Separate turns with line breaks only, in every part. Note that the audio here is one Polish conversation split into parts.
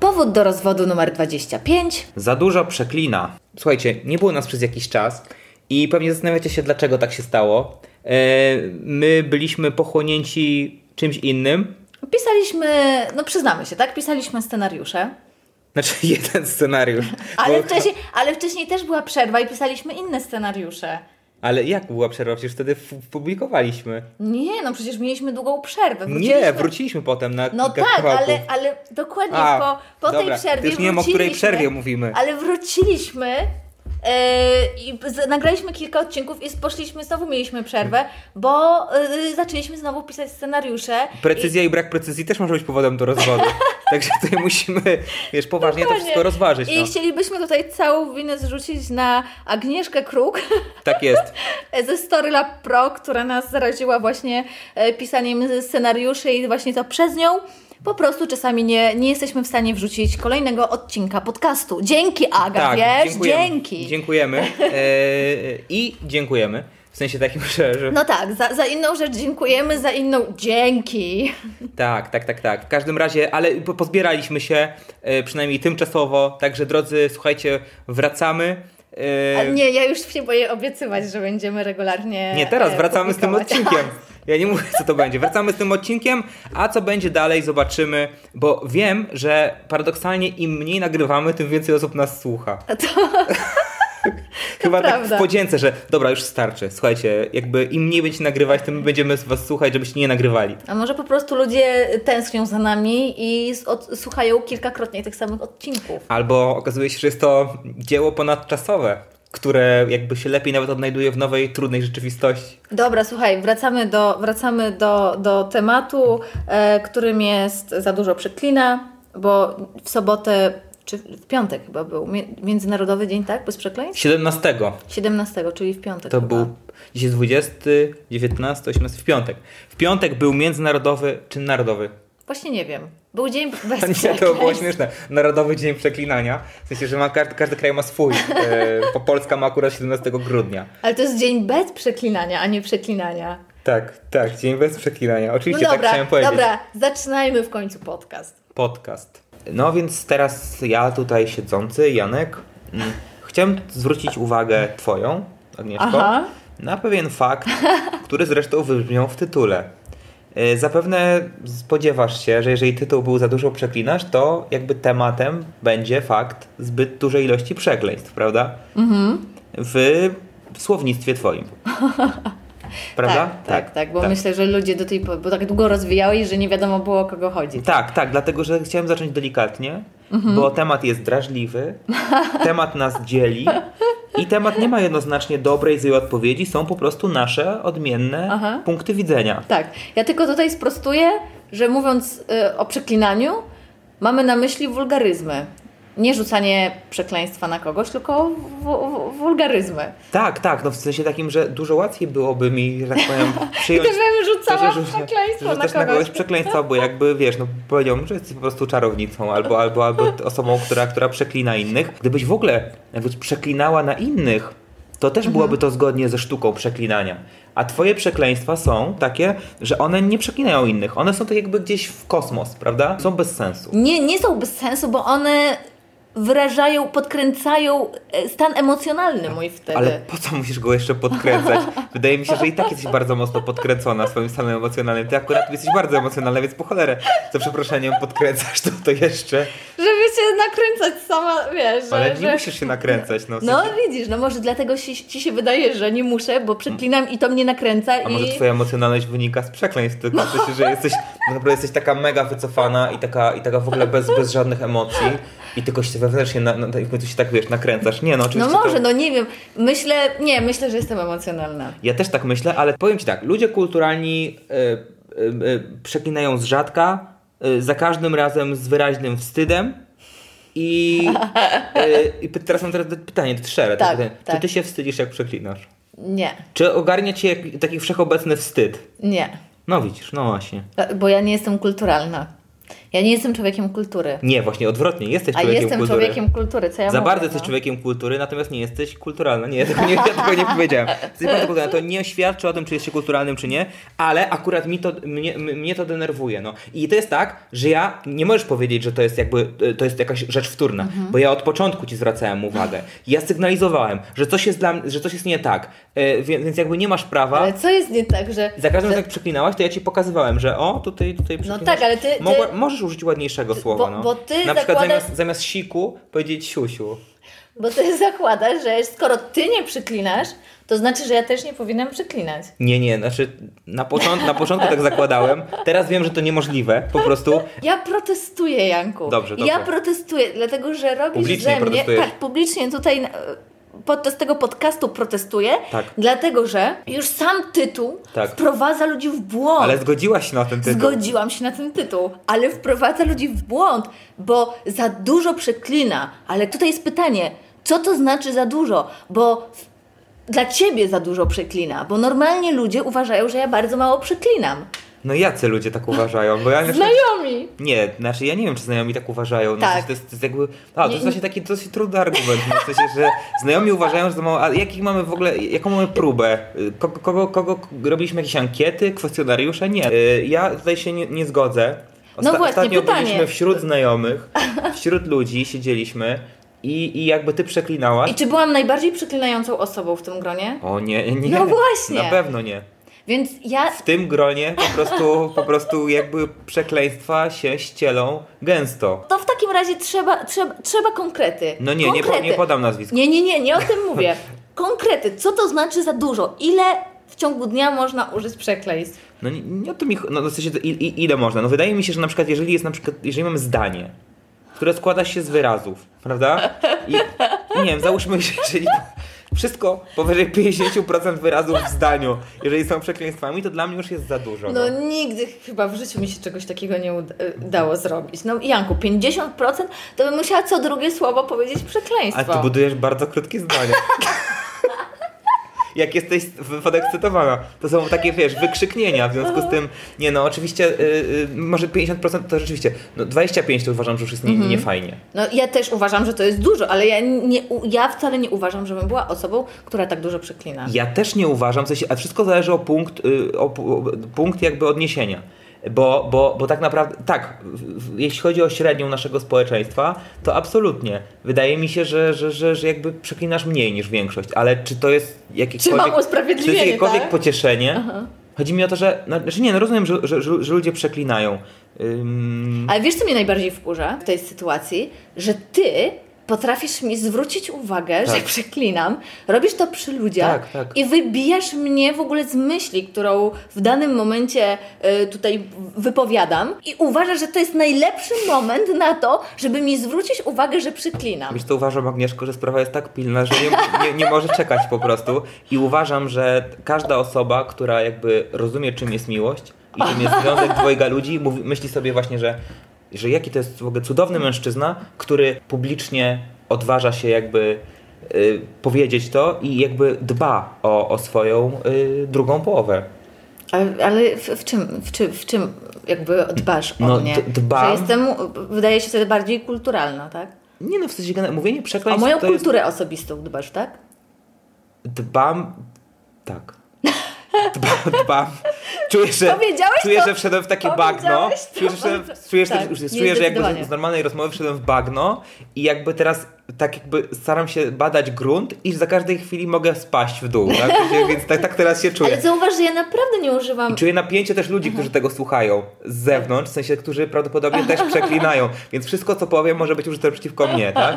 Powód do rozwodu numer 25.
Za dużo przeklina. Słuchajcie, nie było nas przez jakiś czas i pewnie zastanawiacie się, dlaczego tak się stało. E, my byliśmy pochłonięci czymś innym.
Pisaliśmy, no przyznamy się, tak? Pisaliśmy scenariusze,
Znaczy, jeden scenariusz.
ale
Bo-
wcześniej, ale wcześniej też była przerwa i pisaliśmy inne scenariusze.
ale jak była przerwa? Przecież wtedy f- publikowaliśmy.
Nie, no przecież mieliśmy długą przerwę.
Nie, wróciliśmy potem na
No
kilka
tak,
kawałków.
ale, ale dokładnie
A,
po, po
dobra,
tej przerwie.
już nie wiem, o której
wróciliśmy,
przerwie mówimy.
Ale wróciliśmy. e, I z- nagraliśmy kilka odcinków i poszliśmy, znowu mieliśmy przerwę, bo e, zaczęliśmy znowu pisać scenariusze.
Precyzja i... brak precyzji też może być powodem do rozwodu. Także tutaj musimy, wiesz, poważnie to
Dokładnie.
wszystko rozważyć.
I,
No.
I chcielibyśmy tutaj całą winę zrzucić na Agnieszkę Kruk
Tak jest.
ze Storylab Pro, która nas zaraziła właśnie e, pisaniem scenariuszy i właśnie to przez nią. Po prostu czasami nie, nie jesteśmy w stanie wrzucić kolejnego odcinka podcastu. Dzięki Aga,
Tak,
wiesz?
dziękujemy.
Dzięki.
Dziękujemy. E, I dziękujemy. W sensie takim, że... że...
No tak, za, za inną rzecz dziękujemy, za inną dzięki.
Tak, tak, tak, tak. W każdym razie, ale po- pozbieraliśmy się, e, przynajmniej tymczasowo. Także drodzy, słuchajcie, wracamy. E,
Ale nie, ja już się boję obiecywać, że będziemy regularnie.
Nie, teraz
e,
wracamy z tym
publikować.
odcinkiem. Ja nie mówię, co to będzie. Wracamy z tym odcinkiem, a co będzie dalej, zobaczymy, bo wiem, że paradoksalnie im mniej nagrywamy, tym więcej osób nas słucha.
A To,
Chyba tak
prawda.
w podzięce, że dobra, już starczy. Słuchajcie, jakby im mniej będziecie nagrywać, tym będziemy was słuchać, żebyście nie nagrywali.
a może po prostu ludzie tęsknią za nami i s- od, słuchają kilkakrotnie tych samych odcinków.
Albo okazuje się, że jest to dzieło ponadczasowe, które jakby się lepiej nawet odnajduje w nowej, trudnej rzeczywistości.
Dobra, słuchaj, wracamy do, wracamy do, do tematu, e, którym jest za dużo przeklina, bo w sobotę, czy w piątek chyba był, Mie- Międzynarodowy Dzień, tak? Bez przekleństw?
17.
17, czyli w piątek.
To
chyba.
był dzisiaj jest 20, 19, 18, w piątek. W piątek był międzynarodowy czy narodowy?
Właśnie nie wiem. Był dzień bez
Nie, to było
przekleństw.
śmieszne. Narodowy Dzień Przeklinania. W sensie, że ma każdy, każdy kraj ma swój. E, po Polska ma akurat 17 grudnia.
Ale to jest dzień bez przeklinania, a nie przeklinania.
Tak, tak, Dzień Bez Przeklinania.
No
Oczywiście, tak
dobra,
chciałem powiedzieć.
dobra, zaczynajmy w końcu podcast.
Podcast. No więc teraz ja tutaj siedzący, Janek, mm, chciałem zwrócić uwagę twoją, Agnieszko,
Aha.
na pewien fakt, który zresztą wybrzmiał w tytule. E, Zapewne spodziewasz się, że jeżeli tytuł był za dużo przeklinasz, to jakby tematem będzie fakt zbyt dużej ilości przekleństw, prawda?
Mhm.
W, w słownictwie twoim. Prawda?
Tak, tak, tak, bo myślę, że ludzie do tej po- bo tak długo rozwijałeś, że nie wiadomo było o kogo chodzi.
Tak, tak, dlatego że chciałem zacząć delikatnie, bo temat jest drażliwy, temat nas dzieli i temat nie ma jednoznacznie dobrej złej odpowiedzi, są po prostu nasze odmienne
Aha.
punkty widzenia.
Tak, ja tylko tutaj sprostuję, że mówiąc y, o przeklinaniu, mamy na myśli wulgaryzmy. Nie rzucanie przekleństwa na kogoś, tylko w- w- wulgaryzmy.
Tak, tak, no w sensie takim, że dużo łatwiej byłoby mi, że tak powiem, przyjąć...
Gdybym rzucała
że- że-
przekleństwo
że
na
też na kogoś
kogoś.
przekleństwa, bo jakby wiesz, no powiedziałbym, że jesteś po prostu czarownicą albo, albo, albo t- osobą, która, która przeklina innych. Gdybyś w ogóle jakby przeklinała na innych, to też
Mhm.
byłoby to zgodnie ze sztuką przeklinania. A twoje przekleństwa są takie, że one nie przeklinają innych. One są tak jakby gdzieś w kosmos, prawda? Są bez sensu.
Nie, nie są bez sensu, bo one wyrażają, podkręcają e, stan emocjonalny mój wtedy.
Ale po co musisz go jeszcze podkręcać? Wydaje mi się, że i tak jesteś bardzo mocno podkręcona swoim stanem emocjonalnym. Ty akurat jesteś bardzo emocjonalna, więc po cholerę, za przeproszeniem, podkręcasz to, to jeszcze.
Żeby się nakręcać sama, wiesz, że...
Ale
że...
nie musisz się nakręcać. No, w
No
sensie-
widzisz, no może dlatego ci, ci się wydaje, że nie muszę, bo przeklinam i to mnie nakręca
A
i...
może twoja emocjonalność wynika z przekleństw, tylko w sensie, że jesteś, no naprawdę jesteś taka mega wycofana i taka, i taka w ogóle bez, bez żadnych emocji i tylko się wewnętrznie, na, na, i w końcu się tak, wiesz, nakręcasz. Nie, no
No
oczywiście
może,
to,
no nie wiem. Myślę, nie, myślę, że jestem emocjonalna.
Ja też e, tak myślę, ale powiem ci tak, ludzie kulturalni y, y, y, przeklinają e, z rzadka, y, za każdym razem z wyraźnym wstydem. I, y, i py- teraz mam teraz pytanie, to szczere. to
Tak,
pytanie. Czy
tak.
ty się wstydzisz, jak przeklinasz?
Nie,
Czy ogarnia cię jak- taki wszechobecny wstyd?
nie.
No widzisz, no właśnie.
Dla- Bo ja nie jestem kulturalna. Ja nie jestem człowiekiem kultury.
Nie, właśnie odwrotnie, jesteś
A
człowiekiem
jestem
kultury.
człowiekiem kultury, co ja
Za
mówię,
bardzo
no.
jesteś człowiekiem kultury, natomiast nie jesteś kulturalny. Nie, ja tego nie, ja tego nie powiedziałem. Jesteś bardzo kulturalny. To nie świadczy o tym, czy jesteś kulturalnym, czy nie, ale akurat mi to, mnie, m- mnie to denerwuje. No. I to jest tak, że ja nie możesz powiedzieć, że to jest jakby e, to jest jakaś rzecz wtórna,
Mhm.
bo ja od początku ci zwracałem uwagę. Ja sygnalizowałem, że coś jest, dla, m- że coś jest nie tak, e, więc, więc jakby nie masz prawa.
Ale co jest nie tak, że...
Za każdym razem jak przeklinałaś, to ja ci pokazywałem, że o, tutaj, tutaj przeklinasz.
tak, ale ty- ty-
Mogła- Możesz użyć ładniejszego słowa, no.
bo ty
Na przykład
zakładasz-
zamiast, zamiast siku powiedzieć siusiu.
Bo ty zakładasz, że skoro ty nie przyklinasz, to znaczy, że ja też nie powinnam przyklinać.
Nie, nie, znaczy na, począt, na początku tak zakładałem, teraz wiem, że to niemożliwe, po prostu.
Ja protestuję, Janku.
Dobrze,
Ja
dobrze.
protestuję, dlatego że robisz
Publicznie
ze mnie.
protestujesz.
Tak, publicznie tutaj e, podczas tego podcastu protestuję,
Tak.
dlatego że już sam tytuł
Tak.
wprowadza ludzi w błąd.
Ale zgodziłaś się na ten tytuł.
Zgodziłam się na ten tytuł, ale wprowadza ludzi w błąd, bo za dużo przeklina. Ale tutaj jest pytanie, co to znaczy za dużo? Bo w- dla ciebie za dużo przeklina, bo normalnie ludzie uważają, że ja bardzo mało przeklinam.
No jacy ludzie tak uważają, bo ja znaczy,
Znajomi!
nie, znaczy ja nie wiem, czy znajomi tak uważają. No,
Tak.
w sensie To, jest, to jest jakby. A, to
Nie-
jest właśnie taki dosyć trudny argument. No, w sensie, że znajomi uważają, że to mało. A jakich mamy w ogóle, jaką mamy próbę? Y, Kogo, kogo, kogo robiliśmy jakieś ankiety, kwestionariusze? Nie. Y, Ja tutaj się nie, nie zgodzę.
No właśnie,
ostatnio
pytanie.
byliśmy wśród znajomych, wśród ludzi siedzieliśmy i, i jakby ty przeklinałaś.
I czy byłam najbardziej przeklinającą osobą w tym gronie?
O nie, nie.
No właśnie.
Na pewno nie.
Więc ja.
W tym gronie po prostu, po prostu jakby przekleństwa się ścielą gęsto.
To w takim razie trzeba, trzeba, trzeba konkrety.
No nie, nie, po,
konkrety.
nie podam nazwisk.
Nie, nie, nie, nie o tym mówię. Konkrety, co to znaczy za dużo? Ile w ciągu dnia można użyć przekleństw?
No nie, nie o to mi ch- no, w sensie, to i, i, ile można. No wydaje mi się, że na przykład jeżeli jest na przykład, jeżeli mamy zdanie, które składa się z wyrazów, prawda? I nie wiem, załóżmy, że jeżeli wszystko powyżej 50% wyrazów w zdaniu, jeżeli są przekleństwami, to dla mnie już jest za dużo.
No nigdy chyba w życiu mi się czegoś takiego nie uda- e, udało zrobić. No Janku, 50% to bym musiała co drugie słowo powiedzieć
A
przekleństwo.
ty budujesz bardzo krótkie zdania. Jak jesteś w- podekscytowana, to są takie, wiesz, wykrzyknienia, w związku z tym, nie no, oczywiście, y, y, może 50% to rzeczywiście, no 25% to uważam, że już jest nie, niefajnie.
No ja też uważam, że to jest dużo, ale ja, nie, u- ja wcale nie uważam, żebym była osobą, która tak dużo przeklina.
Ja też nie uważam, w sensie, a wszystko zależy o punkt, y, o, pu- o punkt jakby odniesienia. Bo, bo, bo tak naprawdę, tak, w- w- jeśli chodzi o średnią naszego społeczeństwa, to absolutnie. Wydaje mi się, że, że, że, że jakby przeklinasz mniej niż większość, ale czy to jest jakiekolwiek...
mam usprawiedliwienie,
czy to jest jakiekolwiek
tak?
pocieszenie? Chodzi mi o to, że, no, znaczy nie, no rozumiem, że, że, że, że ludzie przeklinają. Ym,
Ale wiesz, co mnie najbardziej wkurza w tej sytuacji? Że ty potrafisz mi zwrócić uwagę,
Tak.
że przeklinam, robisz to przy ludziach
Tak, tak.
i wybijasz mnie w ogóle z myśli, którą w danym momencie y, tutaj wypowiadam i uważasz, że to jest najlepszy moment na to, żeby mi zwrócić uwagę, że przeklinam.
Wiesz, to uważam, Agnieszko, że sprawa jest tak pilna, że nie, nie, nie może czekać po prostu. I uważam, że każda osoba, która jakby rozumie, czym jest miłość i czym jest związek dwojga ludzi, mówi, myśli sobie właśnie, że, że jaki to jest w ogóle cudowny mężczyzna, który publicznie odważa się jakby y, powiedzieć to i jakby dba o, o swoją y, drugą połowę.
Ale, ale w, w, czym, w, czym, w czym jakby dbasz o
No,
mnie?
d- dbam.
Że jestem, wydaje się, wtedy bardziej kulturalna, tak?
Nie no, w sensie gena- mówienie
O
przekleństw
moją
to jest...
kulturę osobistą dbasz, tak?
Dbam. Tak. Dbam. dbam. Czuję, że,
Powiedziałeś
czuję,
to-
że wszedłem w takie bagno.
powiedziałeś to
Czuję, że, wszedłem-
bardzo-
czuję, że,
tak,
już- czuję, że jakby
niezdecydowanie.
z normalnej rozmowy wszedłem w bagno i jakby teraz tak jakby staram się badać grunt i za każdej chwili mogę spaść w dół. Tak? Więc tak, tak teraz się czuję.
Ale Mhm. zauważ, że ja naprawdę nie używam
Czuję napięcie też ludzi, którzy tego słuchają z zewnątrz, w sensie, którzy prawdopodobnie też przeklinają, więc wszystko, co powiem, może być użyte przeciwko mnie, tak?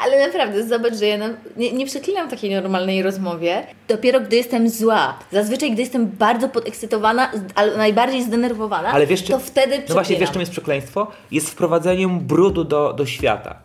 Ale naprawdę, zobacz, że ja na, nie, nie przeklinam w takiej normalnej rozmowie. Dopiero gdy jestem zła, zazwyczaj gdy jestem bardzo podekscytowana, z- albo najbardziej zdenerwowana,
Ale wiesz, czy,
to wtedy
No właśnie, wiesz
przeklinam.
czym jest przekleństwo? Jest wprowadzeniem brudu do, do świata.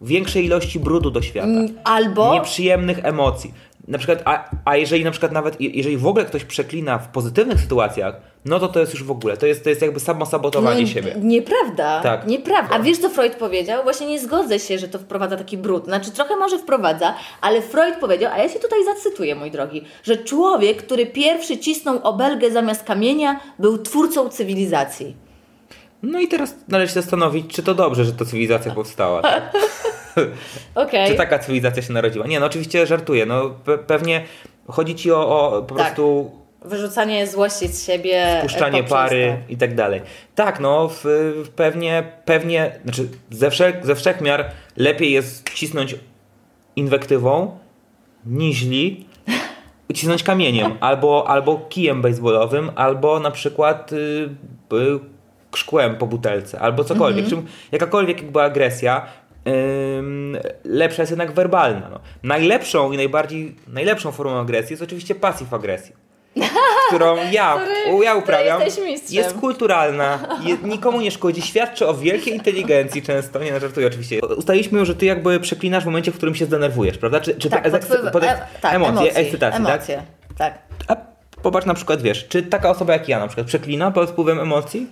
większej ilości brudu do świata.
Mm, Albo
Nieprzyjemnych emocji. Na przykład, a, a jeżeli na przykład nawet, je- jeżeli w ogóle ktoś przeklina w pozytywnych sytuacjach, no to to jest już w ogóle, to jest, to jest jakby samosabotowanie
No,
siebie.
Nieprawda.
Tak.
Nieprawda. A wiesz, co Freud powiedział? Właśnie nie zgodzę się, że to wprowadza taki brud. Znaczy, trochę może wprowadza, ale Freud powiedział, a ja się tutaj zacytuję, mój drogi, że człowiek, który pierwszy cisnął obelgę zamiast kamienia, był twórcą cywilizacji.
No i teraz należy się zastanowić, czy to dobrze, że ta cywilizacja powstała. Tak?
Okej.
Czy tak taka cywilizacja się narodziła? Nie, no oczywiście żartuję. No pe pewnie chodzi ci o, o po
Tak.
prostu
Wyrzucanie złości z siebie. e,
puszczanie
poprzez
pary i tak dalej. Tak, no w, w pewnie, pewnie, znaczy ze, wszech, ze wszechmiar lepiej jest cisnąć inwektywą, niźli, cisnąć kamieniem, albo, albo kijem baseballowym, albo na przykład y, y, szkłem po butelce, albo cokolwiek.
Mhm.
Czym, jakakolwiek jakby agresja, ym, lepsza jest jednak werbalna. No. Najlepszą i najbardziej, najlepszą formą agresji jest oczywiście pasyw agresji którą ja,
Który-
u- ja
której
uprawiam,
jesteś mistrzem.
jest kulturalna, je, nikomu nie szkodzi, świadczy o wielkiej inteligencji często, nie no, żartuję oczywiście. Ustaliliśmy już, że ty jakby przeklinasz w momencie, w którym się zdenerwujesz, prawda? Czy, czy
Tak,
e-
podpływa-
pod-
e, tak,
emocje,
emocje,
ekscytacje,
emocje. tak.
tak? A popatrz na przykład, wiesz, czy taka osoba jak ja na przykład przeklina pod wpływem emocji?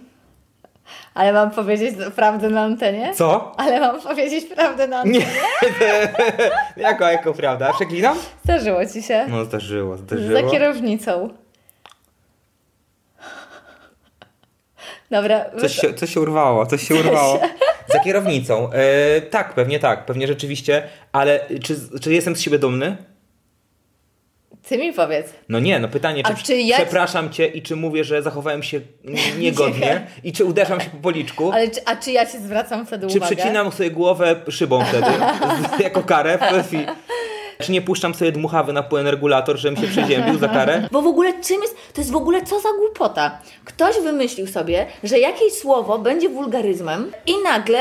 Ale mam powiedzieć prawdę na antenie?
Co?
Ale mam powiedzieć prawdę na antenie.
Nie. jako, jako, prawda? Przeklinam?
Zdarzyło ci się?
No zdarzyło,
Za
zdarzyło.
kierownicą. Dobra,
Coś się, coś się urwało, coś się urwało. Za kierownicą. E, tak, pewnie tak, pewnie rzeczywiście, ale czy, czy jestem z siebie dumny?
ty mi powiedz.
No nie, no pytanie,
A
czy,
czy ja-
przepraszam cię i czy mówię, że zachowałem się n- niegodnie i czy uderzam się po policzku,
Ale czy, a czy ja ci zwracam wtedy
czy
uwagę?
przecinam sobie głowę szybą wtedy z, jako karę, w- i- czy nie puszczam sobie dmuchawy na pełen regulator, żebym się przeziębił za karę.
Bo w ogóle czym jest, to jest w ogóle co za głupota. Ktoś wymyślił sobie, że jakieś słowo będzie wulgaryzmem i nagle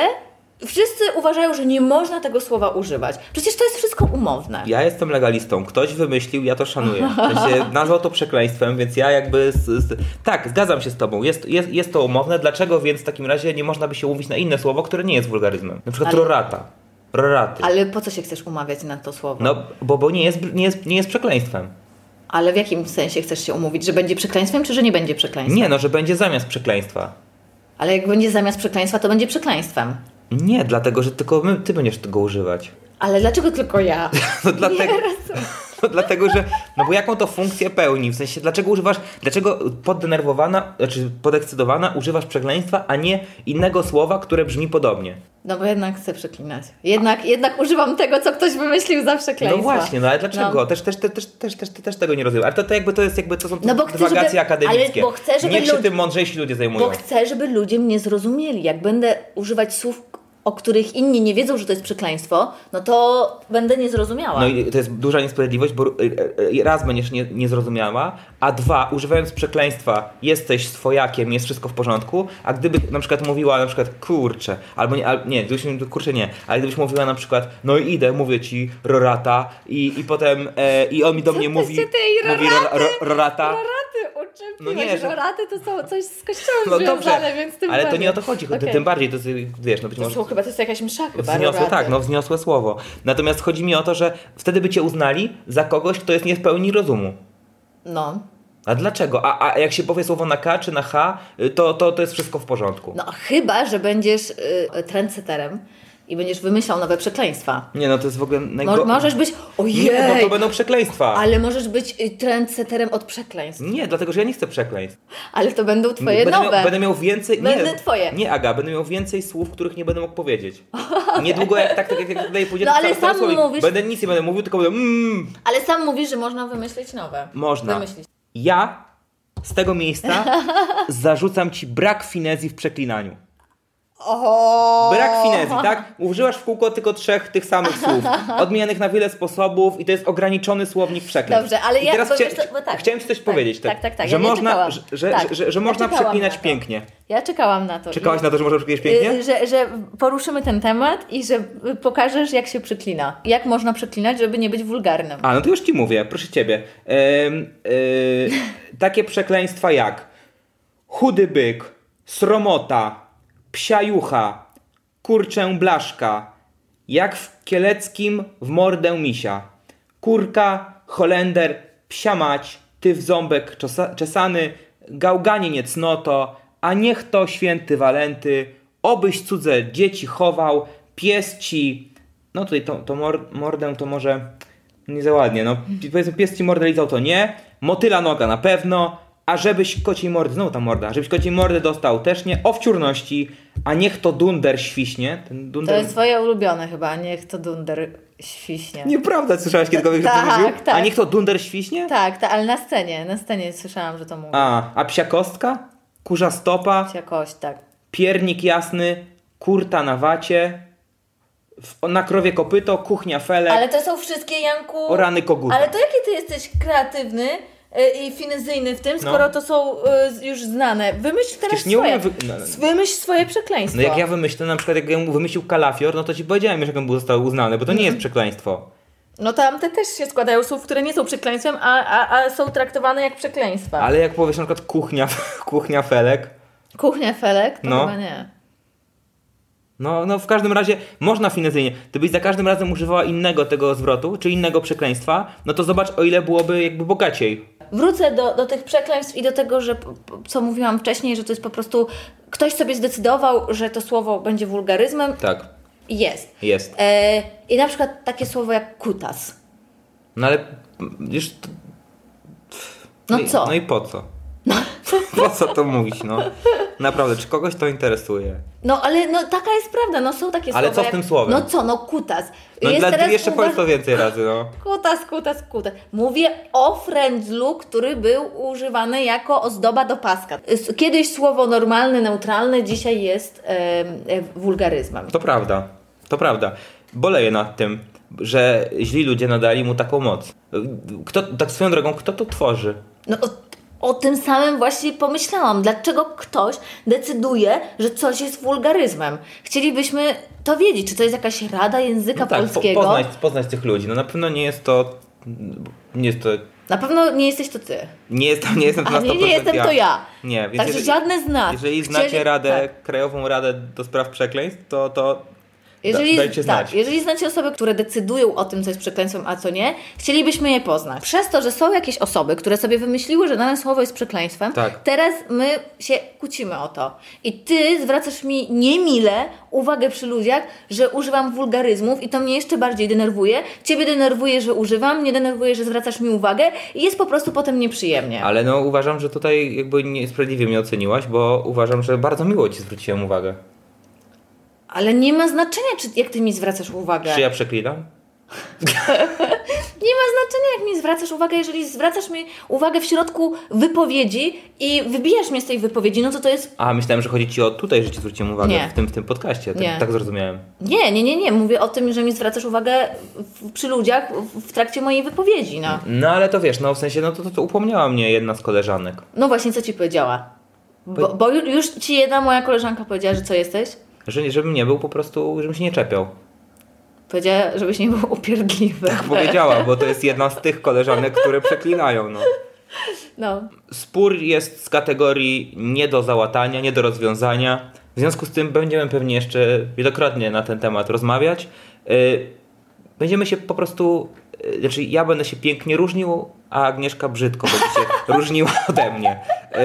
wszyscy uważają, że nie można tego słowa używać. Przecież to jest wszystko umowne.
Ja jestem legalistą, ktoś wymyślił, ja to szanuję. W sensie nazwał to przekleństwem, więc ja jakby... Z, z... Tak, zgadzam się z tobą, jest, jest, jest to umowne, dlaczego więc w takim razie nie można by się umówić na inne słowo, które nie jest wulgaryzmem? Na przykład
Ale-
rorata. Roraty.
Ale po co się chcesz umawiać na to słowo?
No, bo, bo nie, jest, nie, jest, nie jest przekleństwem.
Ale w jakim sensie chcesz się umówić? Że będzie przekleństwem, czy że nie będzie przekleństwem?
Nie, no, że będzie zamiast przekleństwa.
Ale jak będzie zamiast przekleństwa, to będzie przekleństwem.
Nie, dlatego, że tylko my, ty będziesz tego używać.
Ale dlaczego tylko ja?
No, dlatego, no, dlatego, że. No bo jaką to funkcję pełni? W sensie, dlaczego używasz. Dlaczego poddenerwowana, znaczy podekscytowana używasz przekleństwa, a nie innego słowa, które brzmi podobnie?
No bo jednak chcę przeklinać. Jednak, jednak używam tego, co ktoś wymyślił za przekleństwo.
No właśnie, no ale dlaczego?
No.
Też, też, też, też, też, też, też tego nie rozumiem. Ale to, to jakby to jest jakby to są
No bo chcę,
dywagacje
żeby- ale
akademickie.
bo chcę, żeby
Niech się
lud-
tym mądrzejsi ludzie zajmują.
Bo chcę, żeby ludzie mnie zrozumieli. Jak będę używać słów, o których inni nie wiedzą, że to jest przekleństwo, no to będę niezrozumiała.
No i to jest duża niesprawiedliwość, bo y, y, y, raz będziesz nie, niezrozumiała, a dwa, używając przekleństwa, jesteś swojakiem, jest wszystko w porządku, a gdyby na przykład mówiła na przykład kurczę, albo nie, al, nie gdybyś mówił kurczę nie, ale gdybyś mówiła na przykład no i idę, mówię ci rorata i, i potem e, i on mi do mnie
ty
mówi,
się tej
mówi ro, ro, rorata.
Roraty uczyłem.
No nie, że-
Roraty to są coś z kościołem
No
związane,
dobrze,
więc tym
ale to
bardziej.
nie o to chodzi,
Okej.
tym bardziej to jest, wiesz, no być
To
może...
są, chyba to jest jakaś msza chyba,
Wzniosłe,
roraty.
tak, no wzniosłe słowo. Natomiast chodzi mi o to, że wtedy by cię uznali za kogoś, kto jest nie w pełni rozumu.
No.
A dlaczego? A, a jak się powie słowo na K czy na H, y, to, to, to jest wszystko w porządku.
No chyba, że będziesz y, trendseterem i będziesz wymyślał nowe przekleństwa.
Nie no, to jest w ogóle
Mo-
najgorsze.
Możesz być, ojej,
Nie, no. bo to będą przekleństwa.
ale możesz być y, trendseterem od przekleństw.
Nie, dlatego że ja nie chcę przekleństw.
Ale to będą twoje
będę,
nowe.
Miał, będę miał więcej.
Będę
nie,
twoje.
Nie, Aga, będę miał więcej słów, których nie będę mógł powiedzieć. Niedługo jak tak, tak jak jak dalej pójdzie,
No,
to
ale
całe
sam
słowo i
mówisz-
Będę nic nie będę mówił, tylko będę. Mm,
Ale sam mówisz, że można wymyślić nowe.
można.
Wymyślić.
Ja z tego miejsca zarzucam ci brak finezji w przeklinaniu.
O!
Brak finezji, tak? Używasz w kółko tylko trzech tych samych słów, odmienianych na wiele sposobów i to jest ograniczony słownik przekleństw.
Dobrze, ale
I
ja-
teraz
bo
chcia,
wiesz co, bo tak.
chciałem ci coś
Tak,
powiedzieć, tak,
tak, tak, tak,
że
ja nie
można,
czekałam.
że, że,
Tak,
że, że
ja
można
czekałam
przeklinać
na to.
pięknie.
Ja czekałam na to.
Czekałaś
I-
na to, że można przeklinać pięknie?
y, Że, że poruszymy ten temat i że y, pokażesz, jak się przeklina. Jak można przeklinać, żeby nie być wulgarnym.
A, no to już ci mówię, proszę ciebie. Em, y, takie przekleństwa jak chudy byk, sromota, psiajucha, kurczę blaszka, Jak w Kieleckim w mordę misia. Kurka, Holender, psia mać, ty w ząbek czosa- czesany, gałganie niecnoto, a niech to święty Walenty, obyś cudze dzieci chował, pies ci... No tutaj to, to mor- mordę to może nie za ładnie, no Pi- powiedzmy pies ci mordę lizał to nie, motyla noga na pewno, a żebyś kociej mordy, znowu ta morda, a żebyś kociej mordy dostał też nie, o wciórności, a niech to dunder świśnie, ten dunder...
To jest twoje ulubione chyba, niech to dunder świśnie.
Nieprawda, słyszałaś kiedykolwiek, że to
Tak,
mówił?
tak.
A niech to dunder świśnie?
Tak, ta, ale na scenie, na scenie słyszałam, że to mówi.
A, a psia kostka? Kurza stopa,
Jakoś tak.
piernik jasny, kurta na wacie, w, na krowie kopyto, kuchnia felek.
Ale to są wszystkie, Janku...
Tak. O rany koguta.
Ale to jaki ty jesteś kreatywny y, i finezyjny w tym,
No.
skoro to są y, już znane. Wymyśl teraz
Przecież nie
swoje.
umiem... Wy... No, no.
Wymyśl swoje przekleństwo.
No jak ja wymyślę, na przykład jak ja mu wymyślił kalafior, no to ci powiedziałem już, jak on był został uznany, bo to
Mhm.
nie jest przekleństwo.
No tamte też się składają z słów, które nie są przekleństwem, a, a, a są traktowane jak przekleństwa.
Ale jak powiesz na przykład kuchnia, kuchnia felek,
Kuchnia Felek? To
No.
chyba nie.
no, no w każdym razie można finezyjnie. Gdybyś za każdym razem używała innego tego zwrotu, czy innego przekleństwa, no to zobacz o ile byłoby jakby bogaciej.
Wrócę do, do tych przekleństw i do tego, że p- p- co mówiłam wcześniej, że to jest po prostu ktoś sobie zdecydował, że to słowo będzie wulgaryzmem.
Tak,
Jest.
jest.
E, I na przykład takie słowo jak kutas.
No ale mm, już... to-
No
i-
co?
No i po co? Po co to mówić, no? Naprawdę, czy kogoś to interesuje?
No ale no, taka jest prawda, no są takie
Ale
słowa
co w
jak,
tym słowem?
No co, no kutas.
No
Jest
dla,
teraz
jeszcze
uwa-
powiedz to więcej razy, no.
Kutas, kutas, kutas. Mówię o frędzlu, który był używany jako ozdoba do paska. S- Kiedyś słowo normalne, neutralne, dzisiaj jest em, e, wulgaryzmem.
No To prawda, to prawda. Boleję nad tym, że źli ludzie nadali mu taką moc. Kto, tak swoją drogą, kto to tworzy?
No o, o tym samym właśnie pomyślałam. Dlaczego ktoś decyduje, że coś jest wulgaryzmem? Chcielibyśmy to wiedzieć. Czy to jest jakaś rada języka
No tak, po,
polskiego?
poznać, poznać tych ludzi. No na pewno nie jest to... Nie jest to...
Na pewno nie jesteś to ty.
Nie jestem, nie jestem to na
A nie,
100%
nie jestem to ja.
Nie, więc
Także
jeżeli,
żadne z nas.
jeżeli
Chcieli-
znacie radę,
tak.
Krajową Radę do Spraw Przekleństw, to, to
Jeżeli,
Da- dajcie znać.
Tak, jeżeli znacie osoby, które decydują o tym, co jest przekleństwem, a co nie, chcielibyśmy je poznać. Przez to, że są jakieś osoby, które sobie wymyśliły, że dane słowo jest przekleństwem,
Tak.
teraz my się kłócimy o to. I ty zwracasz mi niemile uwagę przy ludziach, że używam wulgaryzmów i to mnie jeszcze bardziej denerwuje. Ciebie denerwuje, że używam, mnie denerwuje, że zwracasz mi uwagę i jest po prostu potem nieprzyjemnie.
Ale no uważam, że tutaj jakby niesprawiedliwie mnie oceniłaś, bo uważam, że bardzo miło ci zwróciłem uwagę.
Ale nie ma znaczenia, czy, jak ty mi zwracasz uwagę.
Czy ja przeklinam?
Nie ma znaczenia, jak mi zwracasz uwagę, jeżeli zwracasz mi uwagę w środku wypowiedzi i wybijasz mnie z tej wypowiedzi, no to to jest.
A, myślałem, że chodzi ci o tutaj, że ci zwróciłem uwagę
Nie.
w tym, w tym podcaście.
Nie.
Tak, tak zrozumiałem.
Nie, nie, nie, nie. Mówię o tym, że mi zwracasz uwagę w, przy ludziach w, w trakcie mojej wypowiedzi. No.
No ale to wiesz, no w sensie, no to, to, to upomniała mnie jedna z koleżanek,
no właśnie, co ci powiedziała? Bo, bo ju- już ci jedna moja koleżanka powiedziała, że co jesteś?
że, żebym nie był po prostu, żebym się nie czepiał.
Powiedziała, żebyś nie był upierdliwy.
Tak powiedziała, bo to jest jedna z tych koleżanek, które przeklinają, no.
No.
Spór jest z kategorii nie do załatania, nie do rozwiązania. W związku z tym będziemy pewnie jeszcze wielokrotnie na ten temat rozmawiać. Yy, Będziemy się po prostu, yy, znaczy ja będę się pięknie różnił, a Agnieszka brzydko będzie się różniła ode mnie. Yy,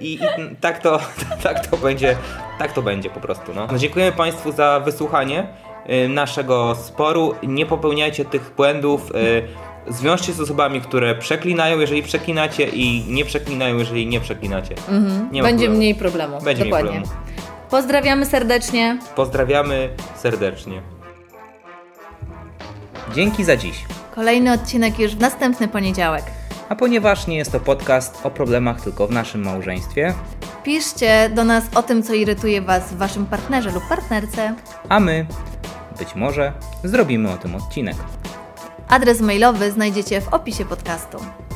I, i tak, to, tak to będzie, tak to będzie po prostu. No. No, dziękujemy Państwu za wysłuchanie yy, naszego sporu. Nie popełniajcie tych błędów. Yy, Zwiążcie się z osobami, które przeklinają, jeżeli przeklinacie i nie przeklinają, jeżeli nie przeklinacie. Nie ma
Mhm. Będzie
problemu.
mniej problemu.
Będzie mniej
Dokładnie. Pozdrawiamy serdecznie.
Pozdrawiamy serdecznie. Dzięki za dziś.
Kolejny odcinek już w następny poniedziałek.
A ponieważ nie jest to podcast o problemach tylko w naszym małżeństwie,
Piszcie do nas o tym, co irytuje Was w Waszym partnerze lub partnerce.
a my być może zrobimy o tym odcinek.
Adres mailowy znajdziecie w opisie podcastu.